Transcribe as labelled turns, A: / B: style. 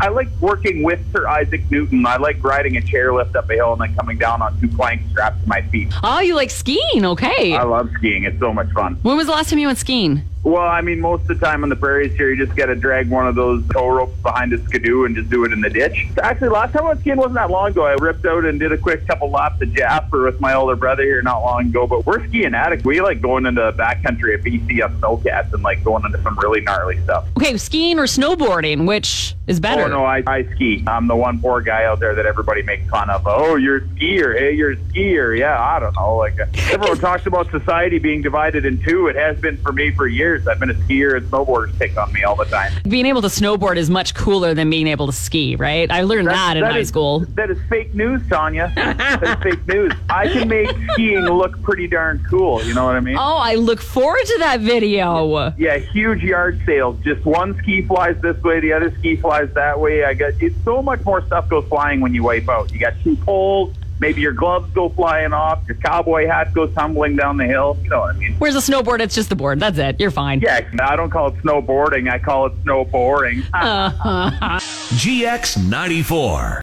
A: I like working with Sir Isaac Newton. I like riding a chairlift up a hill and then coming down on two planks strapped to my feet.
B: Oh, you like skiing? Okay.
A: I love skiing. It's so much fun.
B: when was the last time you went skiing?
A: Well, I mean, most of the time on the prairies here, you just got to drag one of those tow ropes behind a skidoo and just do it in the ditch. Actually, last time I went skiing wasn't that long ago. I ripped out and did a quick couple laps at Jasper with my older brother here not long ago. But we're skiing addicts. We like going into the backcountry at BC up snowcats and like going into some really gnarly stuff.
B: Okay, skiing or snowboarding, which is better?
A: Oh no, I, I ski. I'm the one poor guy out there that everybody makes fun of. Oh, you're a skier. Hey, you're a skier. Yeah, I don't know. Like everyone talks about society being divided in two. It has been for me for years. I've been a skier and snowboarders pick on me all the time.
B: Being able to snowboard is much cooler than being able to ski, right? I learned that, in
A: That
B: high
A: is-
B: school.
A: That is fake news, Tanya. that is fake news. I can make skiing look pretty darn cool. You know what I mean?
B: Oh, I look forward to that video.
A: Yeah, huge yard sales. Just one ski flies this way, the other ski flies that way. I got it's so much more stuff goes flying when you wipe out. You got two poles, maybe your gloves go flying off, your cowboy hat goes tumbling down the hill. You know what I mean?
B: Where's a snowboard? It's just the board. That's it. You're fine.
A: Yeah, I don't call it
B: Oh, Uh-huh.
A: snowboarding. I call it snowboring.
C: GX94.